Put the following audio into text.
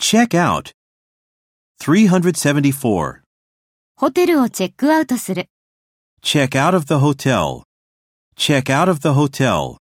Check out. 374. ホテルをチェックアウトする。 Check out of the hotel. Check out of the hotel.